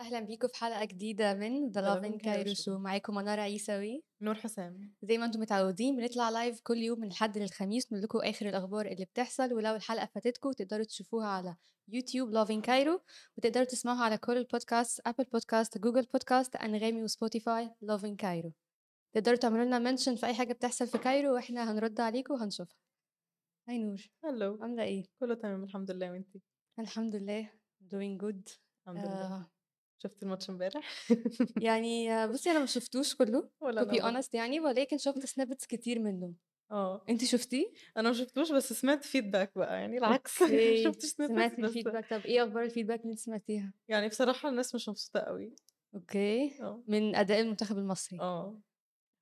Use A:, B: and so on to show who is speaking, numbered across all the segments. A: أهلًا بيكم في حلقة جديدة من The
B: The
A: Loving
B: Loving
A: Cairo
B: Cairo
A: Show
B: Show.
A: معاكم منار عيسوي
B: نور حسام
A: زي ما انتم متعودين بنطلع لايف كل يوم من الحد للخميس نقول لكم آخر الأخبار اللي بتحصل ولو الحلقة فاتتكم تقدروا تشوفوها على يوتيوب Loving Cairo وتقدروا تسمعوها على كل البودكاست أبل بودكاست جوجل بودكاست أنغامي وسبوتيفاي Loving Cairo تقدروا تعملوا لنا منشن في أي حاجة بتحصل في كايرو وإحنا هنرد عليكم وهنشوفها هاي نور
B: هلو
A: عاملة إيه؟
B: كله تمام الحمد لله وانتي
A: الحمد لله doing good
B: الحمد لله
A: آه،
B: شفت الماتش امبارح
A: يعني آه، بصي أنا ما شفتوش كله
B: ولا
A: to be
B: انا برضه.
A: honest يعني ولكن شفت سنابتس كتير منه
B: اه
A: انت شفتيه؟
B: انا ما شفتوش بس سمعت فيدباك بقى يعني العكس
A: اوكي.
B: شفت
A: سمعت
B: سنابات بس
A: الفيدباك إيه، طب ايه اخبار الفيدباك اللي انت سمعتيها؟
B: يعني بصراحه الناس مش مبسوطه قوي
A: اوكي
B: اه
A: من اداء المنتخب المصري
B: اه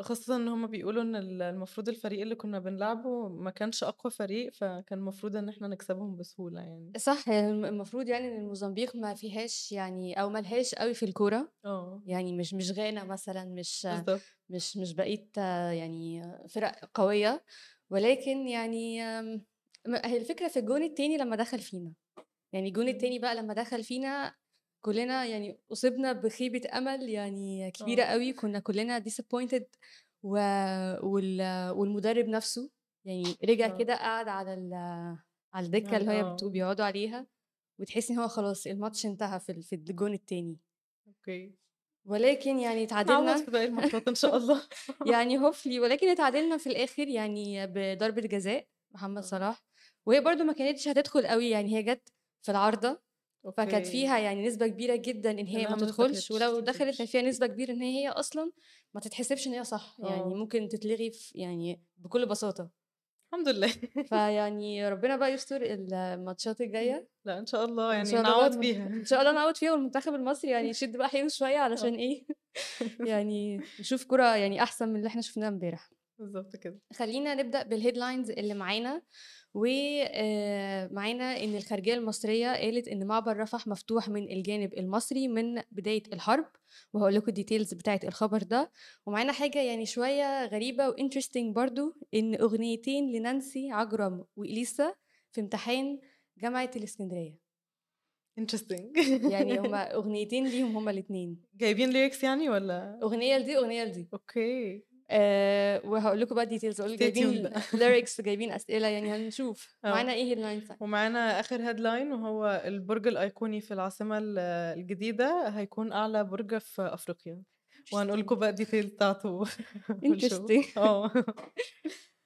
B: خاصة ان هما بيقولوا ان ال- المفروض الفريق اللي كنا بنلعبه ما كانش اقوى فريق فكان المفروض ان احنا نكسبهم بسهولة يعني
A: صح الم- المفروض يعني ان موزمبيق ما فيهاش يعني او ملهاش قوي في الكوره
B: اه
A: يعني مش مش غانا مثلا مش
B: بالظبط
A: مش مش بقيه آه، يعني فرق قويه ولكن يعني آم، م- هي الفكره في الجون التاني لما دخل فينا يعني الجون التاني بقى لما دخل فينا كلنا يعني اصبنا بخيبه امل يعني كبيره
B: آه.
A: قوي كنا كلنا disappointed و... وال... والمدرب نفسه يعني رجع
B: آه.
A: كده قعد على ال... على الدكه
B: على-
A: اللي هي
B: آه.
A: بتبقوا بيقعدوا عليها وتحس ان هو خلاص الماتش انتهى في ال- في الجون التاني
B: اوكي
A: ولكن يعني
B: نعوض
A: تعادلنا
B: في باقي الماتشات ان شاء الله
A: يعني هوفلي ولكن اتعادلنا في الاخر يعني بضربه جزاء محمد
B: آه.
A: صلاح وهي برضو ما كانتش هتدخل قوي يعني هي جت في العارضه فكانت
B: أوكي.
A: فيها يعني نسبة كبيرة جدا إن هي
B: إنها
A: ما
B: ما
A: تدخلش
B: دخلتش،
A: ولو
B: ما
A: دخلت كان
B: تدخلش.
A: فيها نسبة كبيرة إن هي أصلا ما تتحسبش إن هي صح يعني
B: آه.
A: ممكن تتلغي في يعني بكل بساطة
B: الحمد لله
A: فيعني ربنا بقى يستر الماتشات الجاية
B: لا ان شاء الله
A: إن
B: يعني
A: شاء الله بقى
B: نعوض
A: المن-
B: فيها
A: إن شاء الله نعوض فيها والمنتخب المصري يعني يشد بقى حيله
B: آه.
A: شوية علشان إيه يعني نشوف كرة يعني أحسن من اللي إحنا شفناها إمبارح
B: بالظبط كده
A: خلينا نبدأ بالهيدلاينز اللي معانا ومعانا إن الخارجية المصرية قالت إن معبر رفح مفتوح من الجانب المصري من بداية الحرب وهقول لكم الديتيلز بتاعة الخبر ده ومعانا حاجة يعني شوية غريبة وانترستنج برضو إن أغنيتين لنانسي عجرم وإليسا في امتحان جامعة الإسكندرية
B: interesting
A: يعني هما أغنيتين ليهم هما الاتنين
B: جايبين ليركس يعني ولا
A: أغنية لدي أغنية لدي
B: اوكي
A: أه وهقول لكم بقى ديتيلز اقول
B: Stay
A: جايبين
B: tuned بقى.
A: ليركس جايبين اسئله يعني هنشوف
B: آه.
A: معانا ايه اللاين
B: ومعانا اخر هيدلاين وهو البرج الايقوني في العاصمه ال- الجديده هيكون اعلى برج في افريقيا وهنقول لكم بقى الديتيل بتاعته في الشو.
A: Interesting.
B: اه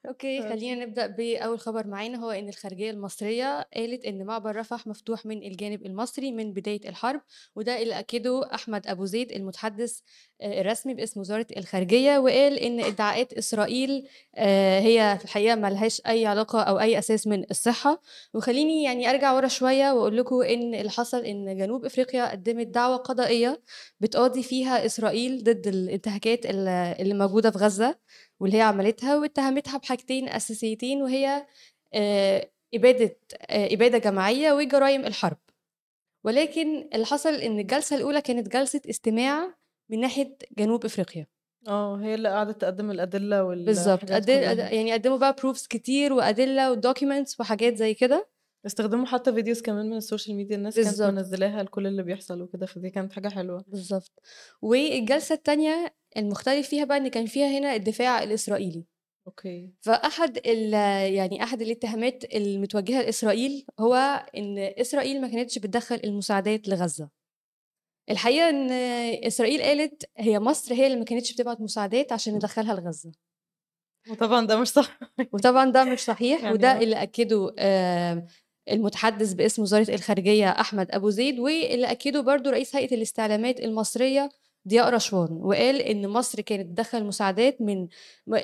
A: اوكي
B: آه.
A: خلينا نبدا باول خبر معانا هو ان الخارجيه المصريه قالت ان معبر رفح مفتوح من الجانب المصري من بدايه الحرب وده اللي اكده احمد ابو زيد المتحدث آه، الرسمي باسم وزاره الخارجيه وقال ان ادعاءات اسرائيل آه، هي في الحقيقه ملهاش اي علاقه او اي اساس من الصحه وخليني يعني ارجع ورا شويه واقول لكم ان اللي حصل ان جنوب افريقيا قدمت دعوه قضائيه بتقاضي فيها اسرائيل ضد الانتهاكات اللي اللي موجوده في غزه واللي هي عملتها واتهمتها بحاجتين أساسيتين وهي آه، إبادة آه، إبادة جماعية وجرائم الحرب ولكن اللي حصل إن الجلسة الأولى كانت جلسة استماع من ناحية جنوب أفريقيا
B: اه هي اللي قاعده تقدم الادله وال
A: بالظبط
B: الحاجات
A: أدل... أد...
B: كلها.
A: يعني قدموا بقى بروفز كتير وأدلة ودوكيومنتس وحاجات زي كده
B: استخدموا حتى فيديوز كمان من السوشيال ميديا الناس كانت
A: بالظبط.
B: منزلاها لكل اللي بيحصل وكده فدي كانت حاجه حلوه
A: بالظبط والجلسة التانية المختلف فيها بقى إن كان فيها هنا الدفاع الإسرائيلي
B: اوكي
A: فاحد ال- يعني احد الاتهامات المتوجهه لاسرائيل هو ان اسرائيل ما كانتش بتدخل المساعدات لغزه الحقيقه ان اسرائيل قالت هي مصر هي اللي ما كانتش بتبعت مساعدات عشان ندخلها لغزه
B: وطبعا ده مش صح
A: وطبعا ده مش صحيح
B: يعني
A: وده
B: آه.
A: اللي اكده آه، المتحدث باسم وزاره الخارجيه احمد ابو زيد واللي اكده برضو رئيس هيئه الاستعلامات المصريه ضياء رشوان وقال ان مصر كانت بتدخل مساعدات من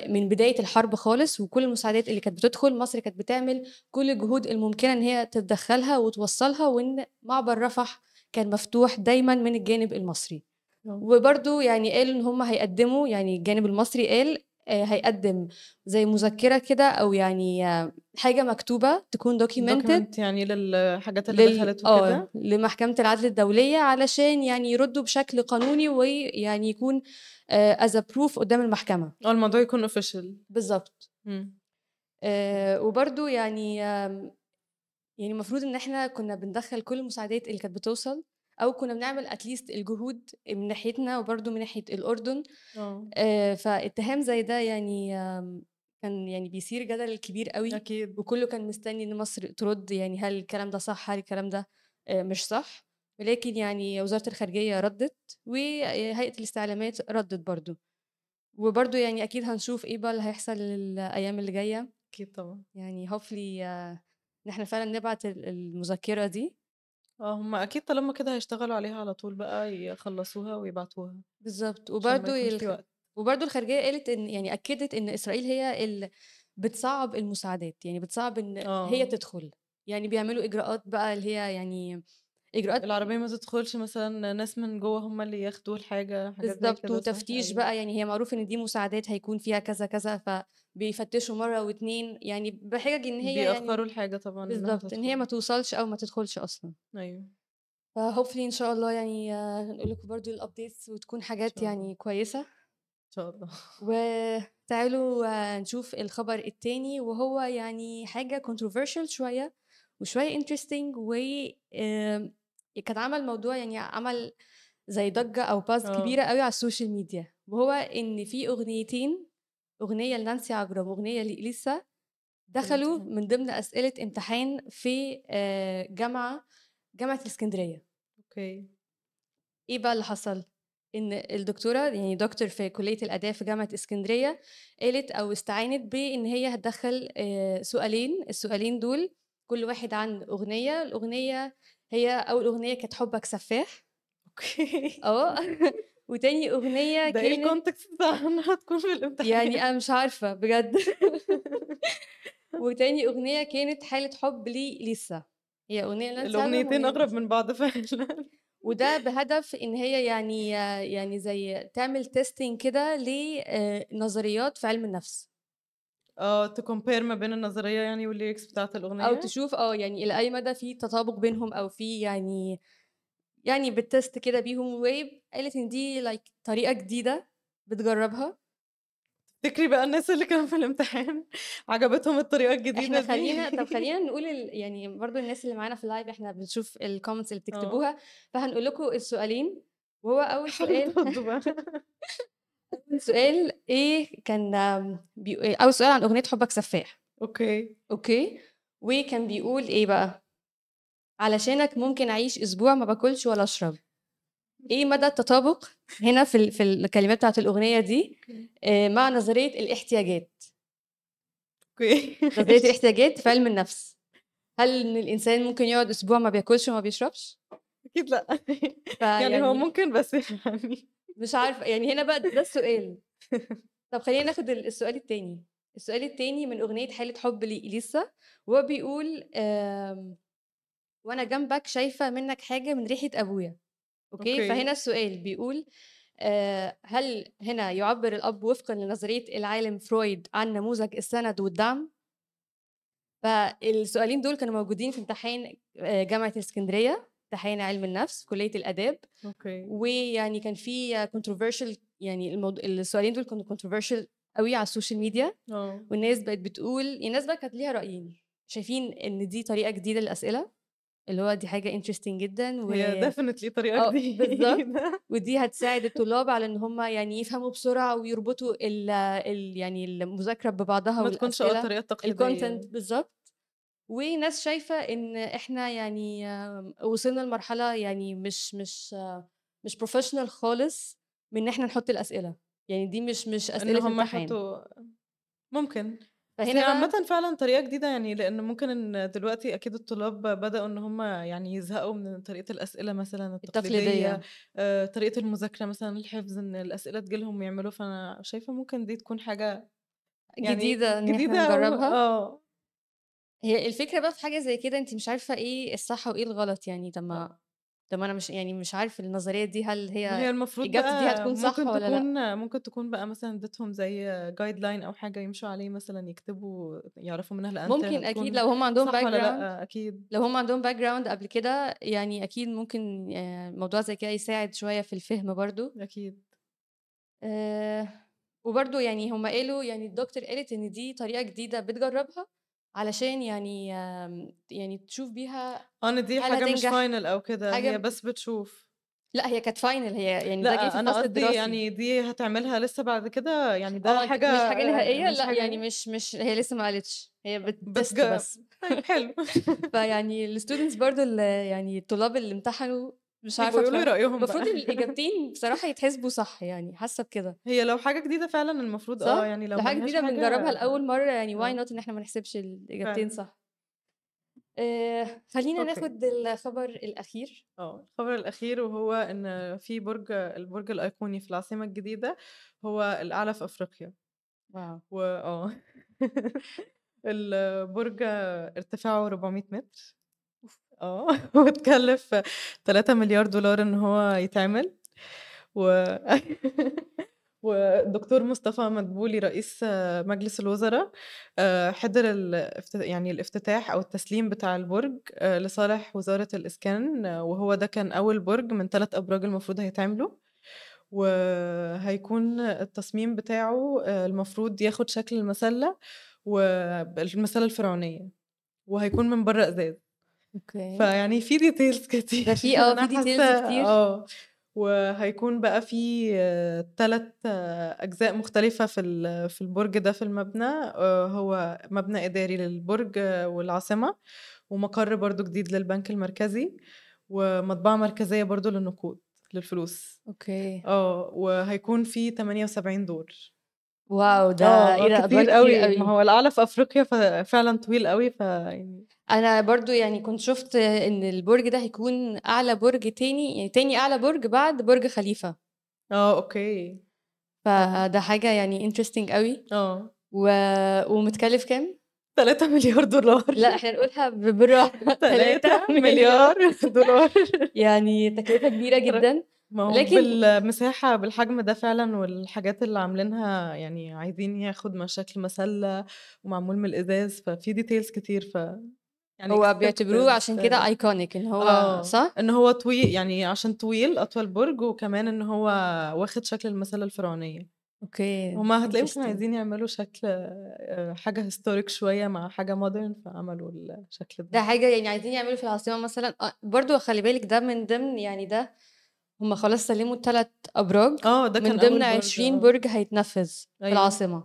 A: من بدايه الحرب خالص وكل المساعدات اللي كانت بتدخل مصر كانت بتعمل كل الجهود الممكنه ان هي تتدخلها وتوصلها وان معبر رفح كان مفتوح دايما من الجانب المصري
B: آه.
A: وبرضو يعني قالوا ان هم هيقدموا يعني الجانب المصري قال آه، هيقدم زي مذكرة كده أو يعني آه، حاجة مكتوبة تكون دوكيومنتد
B: document يعني للحاجات اللي دخلت وكده
A: اه لمحكمة العدل الدولية علشان يعني يردوا بشكل قانوني ويعني يكون آه، از بروف قدام المحكمة
B: اه الموضوع يكون official
A: بالظبط
B: مم.
A: آه، وبرضو يعني آم، يعني المفروض ان احنا كنا بندخل كل المساعدات اللي كانت بتوصل او كنا بنعمل اتليست الجهود من ناحيتنا وبرضو من ناحية الاردن
B: اه
A: آه، فاتهام زي ده يعني آم، كان يعني بيثير جدل كبير قوي
B: اكيد
A: وكله كان مستني ان مصر ترد يعني هل الكلام ده صح هل الكلام ده آه، مش صح ولكن يعني وزارة الخارجية ردت وهيئة الاستعلامات ردت برضو وبرضو يعني أكيد هنشوف إيه بقى اللي هيحصل الأيام اللي جاية
B: اكيد طبعا
A: يعني هوفلي
B: آه،
A: إن إحنا فعلا نبعت ال- المذكرة دي
B: اه هم اكيد طالما كده هيشتغلوا عليها على طول بقى يخلصوها ويبعتوها
A: بالظبط
B: عشان ما
A: وبرضو
B: يكونش في
A: الخ...
B: وقت
A: وبرضو الخارجية قالت إن يعني أكدت إن إسرائيل هي اللي بتصعب المساعدات يعني بتصعب إن هي
B: اه
A: تدخل يعني بيعملوا إجراءات بقى اللي هي يعني إجراءات
B: العربية ما تدخلش مثلا ناس من جوه هم اللي ياخدوا الحاجة حاجات زي
A: بالظبط
B: كده صح
A: وتفتيش
B: ايوه
A: بقى يعني هي معروف ان دي مساعدات هيكون فيها كذا كذا فبيفتشوا مره واتنين يعني بحجج ان هي يعني
B: بيأخروا الحاجة طبعا انها
A: بالظبط ان هي
B: تدخل
A: ما توصلش او ما تدخلش اصلا
B: ايوه ان
A: فهوبفلي ان شاء الله يعني آه، هنقول لكم برضو الابديتس وتكون حاجات
B: شاء الله
A: يعني كويسه
B: ان شاء الله
A: وتعالوا آه، نشوف الخبر التاني وهو يعني حاجه controversial شويه وشويه interesting و آم، كان عمل موضوع يعني عمل زي ضجة أو باز
B: اه
A: كبيرة قوي على السوشيال ميديا وهو إن في أغنيتين أغنية لنانسي عجرم وأغنية لإليسا
B: في
A: دخلوا
B: الامتحان
A: من ضمن أسئلة امتحان في آه، جامعة جامعة الإسكندرية
B: اوكي
A: إيه بقى اللي حصل؟ إن الدكتورة يعني دكتور في كلية الآداب في جامعة إسكندرية قالت أو استعانت بإن هي هتدخل آه، سؤالين السؤالين دول كل واحد عن أغنية الأغنية هي أول أغنية كانت حبك سفاح
B: اوكي
A: اه وتاني أغنية
B: ده ايه
A: كانت
B: الكونتكست بتاعها هتكون في
A: آه، يعني
B: الامتحان
A: أنا مش عارفة بجد وتاني أغنية كانت حالة حب لي لسه هي أغنية لنانسي عجرم
B: الأغنيتين
A: وأغنية
B: أقرب
A: لسه
B: من بعض فعلا
A: وده بهدف إن هي يعني يعني زي تعمل تيستينج كده لنظريات في علم النفس
B: اه تكومبير ما بين النظرية يعني والليركس بتاعت
A: أو
B: الأغنية
A: تشوف اه يعني إلى أي مدى في تطابق بينهم أو في يعني يعني بالتست كده بيهم ويب قالت إن دي لايك طريقة جديدة بتجربها
B: تفتكري بقى الناس اللي كانوا في الامتحان عجبتهم الطريقة
A: احنا
B: الجديدة دي
A: خلينا طب خلينا نقول ال... يعني برضو الناس اللي معانا في اللايف احنا بنشوف الكومنتس اللي
B: اه
A: بتكتبوها فهنقول لكم السؤالين وهو اول
B: حاولوا
A: سؤال
B: تردوا بقى
A: اول سؤال ايه كان آم، بيقو... إيه اول سؤال عن اغنية حبك سفاح
B: اوكي
A: اوكي وكان بيقول ايه بقى علشانك ممكن اعيش اسبوع ما باكلش ولا اشرب ايه مدى التطابق هنا في ال... في الكلمات بتاعت الاغنية دي
B: اوكي
A: آه، مع نظرية الاحتياجات
B: اوكي
A: نظرية
B: ماشي
A: الاحتياجات في علم النفس هل ان الانسان ممكن يقعد اسبوع ما بياكلش وما بيشربش
B: أكيد لأ
A: آه،
B: يعني هو
A: فيعني
B: ممكن بس يعني
A: مش عارفه يعني هنا بقى ده السؤال طب خلينا ناخد ال- السؤال التاني السؤال التاني من أغنية حالة حب لإليسا وهو بيقول آم، وأنا جنبك شايفة منك حاجة من ريحة أبويا أوكي
B: اوكي
A: فهنا السؤال بيقول آه، هل هنا يعبر الأب وفقا لنظرية العالم فرويد عن نموذج السند والدعم فالسؤالين دول كانوا موجودين في امتحان آه، جامعة اسكندرية امتحان علم النفس في كلية الآداب
B: اوكي
A: ويعني كان في controversial يعني الموضوع السؤالين دول كانوا controversial قوي على السوشيال ميديا
B: اه
A: والناس بقت بتقول يعني الناس بقى كانت ليها رأيين شايفين ان دي طريقة جديدة للأسئلة اللي هو دي حاجة interesting جدا و
B: هي definitely طريقة
A: اه بالظبط
B: جديدة
A: ودي هتساعد الطلاب على ان هم يعني يفهموا بسرعة ويربطوا ال ال يعني المذاكرة ببعضها
B: ما تكونش اه
A: والأسئلة
B: الطريقة التقليدية
A: الكونتنت بالظبط وناس شايفة إن إحنا يعني آم، وصلنا لمرحلة يعني مش مش آه، مش بروفيشنال خالص من إن إحنا نحط الأسئلة يعني دي مش مش
B: ان
A: أسئلة
B: هم
A: امتحان
B: يحطوا ممكن بس
A: فهنا
B: هي
A: بقى
B: عامة فعلا طريقة جديدة يعني لأن ممكن إن دلوقتي أكيد الطلاب بدأوا إن هم يعني يزهقوا من طريقة الأسئلة مثلا التقليدية
A: التقليدية
B: آه، طريقة المذاكرة مثلا الحفظ إن الأسئلة تجيلهم يعملوا فأنا شايفة ممكن دي تكون حاجة يعني
A: جديدة إن إحنا
B: جديدة و...
A: نجربها
B: اه
A: هي الفكرة بقى في حاجة زي كده أنت مش عارفة إيه الصح وإيه الغلط يعني طب
B: آه،
A: ما طب أنا مش يعني مش عارف النظرية دي هل
B: ما هي
A: هي
B: المفروض
A: إجابتي يعني دي
B: بقى
A: هتكون صح
B: ممكن
A: ولا لأ؟
B: تكون ممكن تكون بقى مثلا اديتهم زي جايد لاين او حاجه يمشوا عليه مثلا يكتبوا يعرفوا منها الانترنت
A: ممكن أكيد لو هم عندهم
B: صح
A: باك
B: ولا
A: جراوند
B: لا اكيد
A: لو هم عندهم باك جراوند قبل كده يعني أكيد ممكن آه، موضوع زي كده يساعد شوية في الفهم برضو
B: اكيد
A: آه، وبرضو يعني هم قالوا يعني الدكتور قالت ان دي طريقة جديدة بتجربها علشان يعني آم، يعني تشوف بيها
B: انا آه، دي
A: هل
B: حاجه مش
A: هتنجح؟
B: فاينل او كده
A: حاجة
B: هي
A: ب-
B: بس بتشوف
A: لا هي كانت فاينل هي يعني ده جاي في
B: لا انا
A: الفصل
B: قصدي
A: الدراسي
B: يعني دي هتعملها لسه بعد كده يعني ده
A: اه
B: حاجه
A: مش حاجة نهائية
B: مش آه،
A: لا
B: حاجه
A: يعني مش مش هي لسه ما قالتش هي
B: بس
A: بتست
B: جا-
A: بس
B: طيب حلو
A: فيعني الستودنتس برضو اللي يعني الطلاب اللي امتحنوا مش
B: يبقوا
A: عارفة
B: يقولوا لي
A: بصراحة
B: رايهم بقى
A: المفروض الإجابتين بصراحة يتحسبوا صح يعني حاسة بكده
B: هي لو حاجه جديده فعلا المفروض
A: صح؟
B: اه يعني لو
A: لو حاجة
B: ملهاش
A: جديدة
B: حاجه
A: بنجربها لأول مرة يعني
B: آه.
A: واي نوت إن احنا ما نحسبش الإجابتين
B: فعلا.
A: صح آه، خلينا
B: أوكي.
A: ناخد الخبر الأخير
B: اه الخبر الأخير وهو إن في برج البرج الأيقوني في العاصمة الجديدة هو الأعلى في أفريقيا
A: واو
B: و اه البرج ارتفاعه 400 متر اه وتكلف 3 مليار دولار إن هو يتعمل و والدكتور مصطفى مدبولي رئيس آه، مجلس الوزراء آه، حضر الافت- يعني الافتتاح او التسليم بتاع البرج آه، لصالح وزاره الاسكان آه، وهو ده كان اول برج من ثلاث ابراج المفروض هيتعملوا وهيكون التصميم بتاعه آه، المفروض ياخد شكل المسله والمسله الفرعونيه وهيكون من بره ازاز
A: اوكي
B: فيعني في ديتيلز كتير
A: ده في اه
B: أنا
A: في ديتيلز
B: حاسة-
A: كتير
B: اه وهيكون بقى في ثلاث أجزاء مختلفة في ال- في البرج ده في المبنى آه، هو مبنى إداري للبرج آه، والعاصمة ومقر برضو جديد للبنك المركزي ومطبعة مركزية برضو للنقود للفلوس
A: اوكي
B: اه وهيكون في 78 دور
A: واو ده
B: اه
A: ايه ده ادوار
B: كتير
A: كتير
B: قوي ما
A: قوي
B: هو الأعلى في أفريقيا ففعلا طويل قوي فيعني
A: انا برضو يعني كنت شفت ان البرج ده هيكون اعلى برج تاني يعني تاني اعلى برج بعد برج خليفة
B: اه اوكي آه.
A: فده حاجة يعني interesting قوي
B: اه
A: و... ومتكلف كام
B: 3 مليار دولار
A: لا احنا نقولها ب- بالراحة
B: 3
A: 3 مليار
B: مليار دولار
A: يعني تكلفة كبيرة جدا
B: ما هو
A: لكن-
B: بالمساحة بالحجم ده فعلا والحاجات اللي عاملينها يعني عايزين ياخد ما شكل مسلة ومعمول من الإزاز ففي ديتيلز كتير ف يعني
A: هو
B: expected
A: بيعتبروه عشان كده
B: آه،
A: ايكونيك ان هو
B: اه
A: صح
B: ان هو طويل يعني عشان طويل اطول برج وكمان ان هو واخد شكل المسلة الفرعونية
A: إيه، اوكي
B: هما هتلاقيهم كانوا
A: interesting.
B: عايزين يعملوا شكل آه، حاجة هيستوريك شوية مع حاجة مودرن فعملوا الشكل
A: ده
B: ده
A: حاجة يعني عايزين يعملوا في العاصمة مثلا آه، برضو خلي بالك ده من ضمن يعني ده هم خلاص سلموا التلات أبراج
B: اه ده
A: من
B: كان
A: ضمن
B: اول برج
A: عشرين
B: اه
A: برج هيتنفذ في
B: ايوه
A: العاصمة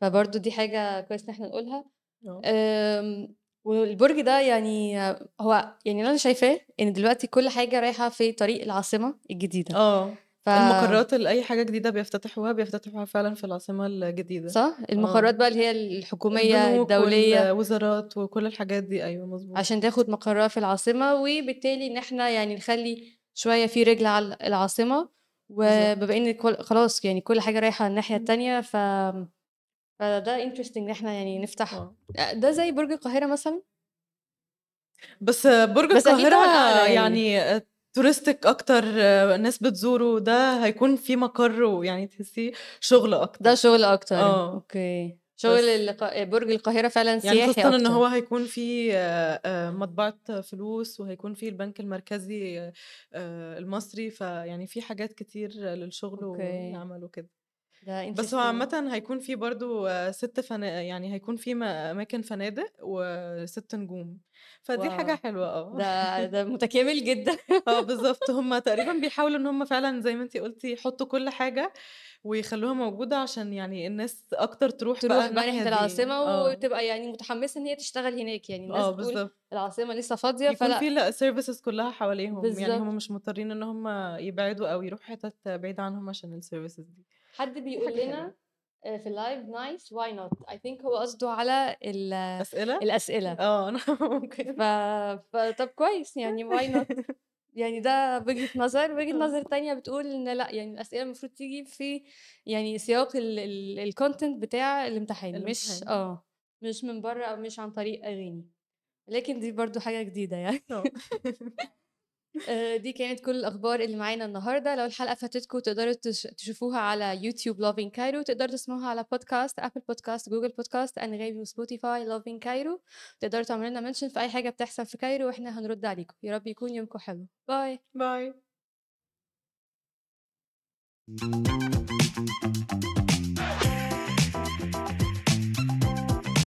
A: فبرضو دي حاجة كويس إن احنا نقولها
B: اه
A: أم، والبرج ده يعني آه، هو يعني اللي أنا شايفاه إن دلوقتي كل حاجة رايحة في طريق العاصمة الجديدة
B: اه
A: ف
B: المقرات اللي اي حاجه جديده بيفتتحوها بيفتتحوها فعلا في العاصمه الجديده
A: صح المقرات بقى اللي هي الحكومية
B: البنوك
A: الدولية
B: والوزارات وكل الحاجات دي ايوه مظبوط
A: عشان تاخد مقرها في العاصمة وبالتالي إن إحنا يعني نخلي شوية في رجل على العاصمة
B: بالظبط
A: وبما إن كل- خلاص يعني كل حاجة رايحة الناحية التانية ف... فده interesting إن إحنا يعني نفتح
B: اه
A: ده زي برج القاهرة مثلا
B: بس برج
A: بس أكيد
B: القاهره
A: طبعا أعلى يعني
B: يعني تورستيك اكتر ناس بتزوره ده هيكون في مقر ويعني تحسيه شغل
A: ده
B: اكتر
A: شغل أكتر
B: اه
A: آه، أوكي شغل
B: بس
A: الق... برج القاهرة فعلا
B: يعني
A: سياحي
B: خاصة إن
A: أكتر
B: هو هيكون فيه آه، آه، مطبعة فلوس وهيكون فيه البنك المركزي آه، آه، المصري فيعني في حاجات كتير للشغل
A: أوكي
B: والعمل وكده
A: ده
B: بس هو
A: interesting يعني.
B: عامة هيكون فيه برضو آه، ست فنا يعني هيكون فيه ما- أماكن فنادق وست نجوم فدي حاجة
A: واو
B: حلوة اه
A: ده ده متكامل جدا
B: اه بالظبط هما تقريبا بيحاولوا ان هما فعلا زي ما انتي قلتي يحطوا كل حاجة ويخلوها موجودة عشان يعني الناس اكتر تروح بقى
A: تروح بقى ناحية
B: الناحية دي
A: العاصمة
B: اه
A: وتبقى يعني متحمسة إن هي تشتغل هناك يعني الناس
B: اه
A: بتقول
B: بالظبط
A: العاصمة لسه فاضية
B: يكون
A: فلا
B: في السيرفيسز كلها حواليهم يعني هم
A: بالظبط
B: مش مضطرين ان هم يبعدوا او يروحوا حتت بعيدة عنهم عشان السيرفيسز دي
A: حد
B: دي
A: بيقول
B: حاجة حلوة
A: لنا آه، في اللايف نايس واي نوت اي ثينك هو قصده على ال- آه،
B: أسئلة
A: الأسئلة
B: اه انا ممكن
A: ف... فطب كويس يعني واي نوت يعني ده وجهة نظر وجهة
B: آه.
A: نظر تانية بتقول ان لا يعني الأسئلة المفروض تيجي في يعني سياق الكونتنت بتاع الامتحان مش
B: الامتحان
A: اه مش من
B: آه.
A: بره او مش عن طريق اغاني لكن دي برضو حاجة جديدة يعني
B: اه
A: آه، دي كانت كل الاخبار اللي معانا النهارده لو الحلقه فاتتكم تقدروا تش- تشوفوها على يوتيوب لوفين كايرو تقدروا تسمعوها على بودكاست ابل بودكاست جوجل بودكاست انغامي وسبوتيفاي لوفين كايرو تقدروا تعملوا لنا منشن في اي حاجه بتحصل في كايرو واحنا هنرد عليكم يا رب يكون يومكم حلو باي
B: باي